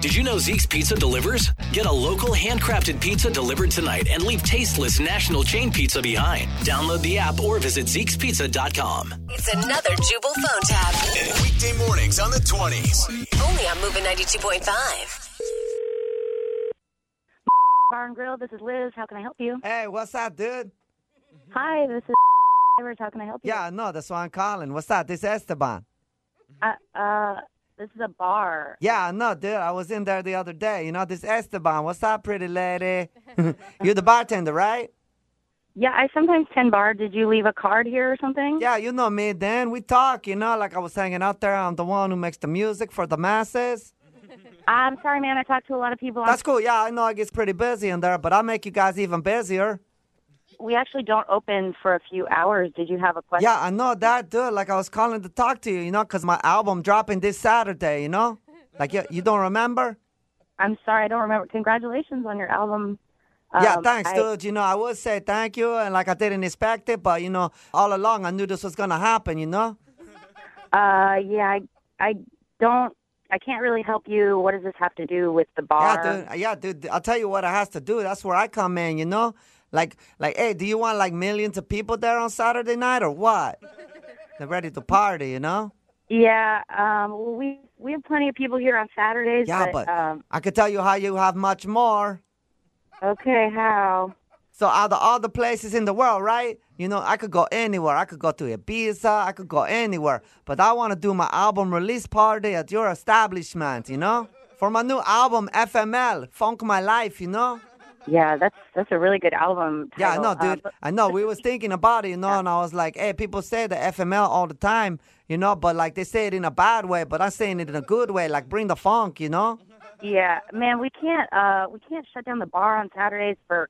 Did you know Zeke's Pizza delivers? Get a local handcrafted pizza delivered tonight and leave tasteless national chain pizza behind. Download the app or visit Zeke'sPizza.com. It's another Jubal phone tab. Weekday mornings on the 20s. Only on Moving 92.5. Bar and Grill. This is Liz. How can I help you? Hey, what's up, dude? Hi, this is Rivers. How can I help you? Yeah, no, that's why I'm calling. What's up? This is Esteban. Uh, uh, this is a bar. Yeah, no, dude, I was in there the other day. You know, this Esteban. What's up, pretty lady? You're the bartender, right? Yeah, I sometimes tend bar. Did you leave a card here or something? Yeah, you know me, Dan. We talk, you know, like I was hanging out there. I'm the one who makes the music for the masses. I'm sorry, man. I talk to a lot of people. That's cool. Yeah, I know it gets pretty busy in there, but I'll make you guys even busier. We actually don't open for a few hours. Did you have a question? Yeah, I know that, dude. Like I was calling to talk to you, you know, 'cause my album dropping this Saturday, you know? Like, you, you don't remember? I'm sorry, I don't remember. Congratulations on your album. Yeah, Um, thanks, I- dude. You know, I would say thank you, and like I didn't expect it, but you know, all along I knew this was gonna happen. You know, Uh, yeah, I, I don't. I can't really help you. What does this have to do with the bar? yeah, dude. Yeah, dude. I'll tell you what it has to do. That's where I come in. You know, like, like, hey, do you want like millions of people there on Saturday night or what? They're ready to party. You know. Yeah, um, well, we we have plenty of people here on Saturdays. Yeah, but, but um, I could tell you how you have much more. okay, how? So out of all the places in the world, right? You know, I could go anywhere. I could go to Ibiza. I could go anywhere. But I want to do my album release party at your establishment, you know? For my new album, FML, Funk My Life, you know? Yeah, that's that's a really good album. Yeah, I title. know, Uh, dude. but- I know. We was thinking about it, you know, and I was like, hey, people say the FML all the time, you know, but like they say it in a bad way, but I'm saying it in a good way, like bring the funk, you know? Yeah, man, we can't uh we can't shut down the bar on Saturdays for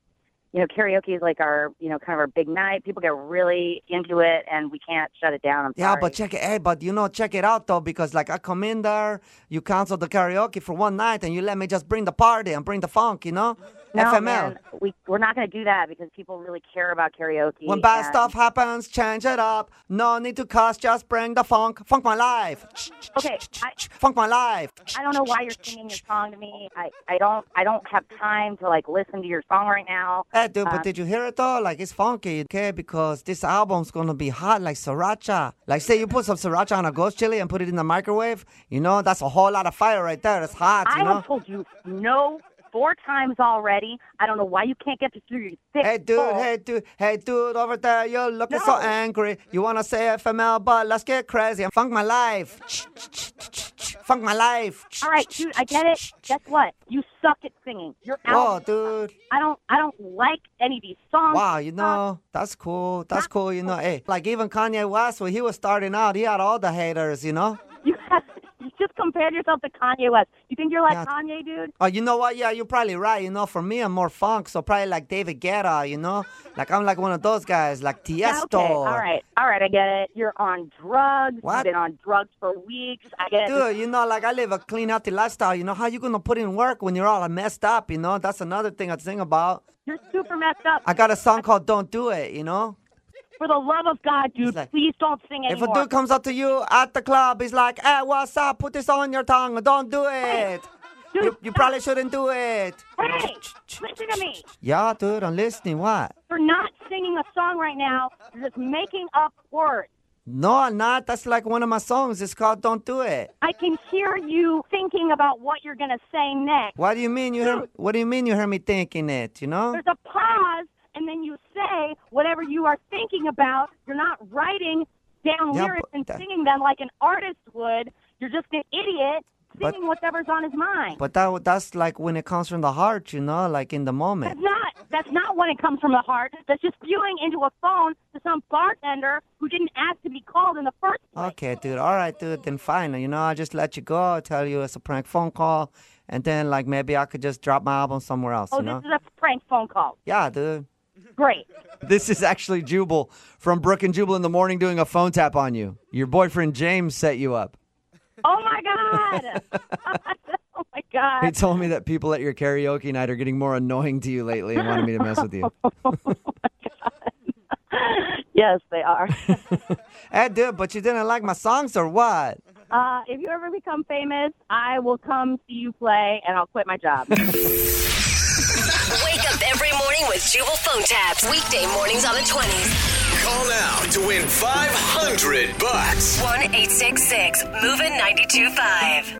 you know karaoke is like our you know kind of our big night. People get really into it, and we can't shut it down. I'm Yeah, sorry. but check it. Hey, but you know, check it out though, because like I come in there, you cancel the karaoke for one night, and you let me just bring the party and bring the funk, you know? no, FML. man, we we're not going to do that because people really care about karaoke. When bad and- stuff happens, change it up. No need to cuss, just bring the funk. Funk my life. Okay, I, Funk my life. I don't know why you're singing your song to me. I I don't I don't have time to like listen to your song right now. Hey, dude, Uh, but did you hear it though? Like, it's funky, okay? Because this album's gonna be hot like sriracha. Like, say you put some sriracha on a ghost chili and put it in the microwave, you know, that's a whole lot of fire right there. It's hot, I you know? have told you no four times already. I don't know why you can't get this through your thick. Hey dude, skull. hey dude, hey dude, over there, you're looking No. so angry. You wanna say FML, but let's get crazy and funk my life. funk my life. All right, dude, I get it. Guess what? You suck at singing. You're Oh, out. dude. I don't. I don't like any of these songs. Wow, you Uh, know, that's cool. That's cool, you know. Hey, like even Kanye West, when he was starting out, he had all the haters, you know? you have. You just compared yourself to Kanye West. You think you're like Yeah. Kanye, dude? Oh, you know what? Yeah, you're probably right. You know, for me, I'm more funk, so probably like David Guetta, you know? Like I'm like one of those guys, like Yeah, Tiesto. okay. All right. All right. I get it. You're on drugs. What? You've been on drugs for weeks. I get it. Dude, you know, like I live a clean, healthy lifestyle. You know, how you gonna put in work when you're all messed up? You know, that's another thing I think about. You're super messed up. I got a song called "Don't Do It." You know, for the love of God, dude, like- please don't sing if a anymore. dude comes up to you at the club, he's like, "Hey, what's up? Put this on your tongue. Don't do it. You, you probably shouldn't do it." hey, listen to me. Yeah, dude, I'm listening. What? You're not singing a song right now. You're just making up words. No, I'm not. That's like one of my songs. It's called "Don't Do It." I can hear you thinking about what you're going to say next. What do you mean you hear? Dude. What do you mean you hear me thinking it? You know? There's a pause, and then you say whatever you are thinking about. You're not writing down Yeah, lyrics but and that- singing them like an artist would. You're just an idiot But- singing whatever's on his mind. But that that's like when it comes from the heart, you know, like in the moment. That's not. That's not when it comes from the heart. That's just spewing into a phone to some bartender who didn't ask to be called in the first place. Okay, dude. All right, dude. Then fine. You know, I'll just let you go. I'll tell you it's a prank phone call. And then, like, maybe I could just drop my album somewhere else, oh, you know? this is a prank phone call. Yeah, dude. Great. This is actually Jubal from Brook and Jubal in the Morning doing a phone tap on you. Your boyfriend James set you up. Oh my God. oh my God. He told me that people at your karaoke night are getting more annoying to you lately and wanted me to mess with you. yes, they are. Hey, dude, but you didn't like my songs or what? Uh, if you ever become famous, I will come see you play, and I'll quit my job. Wake up every morning with Jubal phone tabs. Weekday mornings on the 20s. Call now to win 500 bucks. 1 866 Moving 925.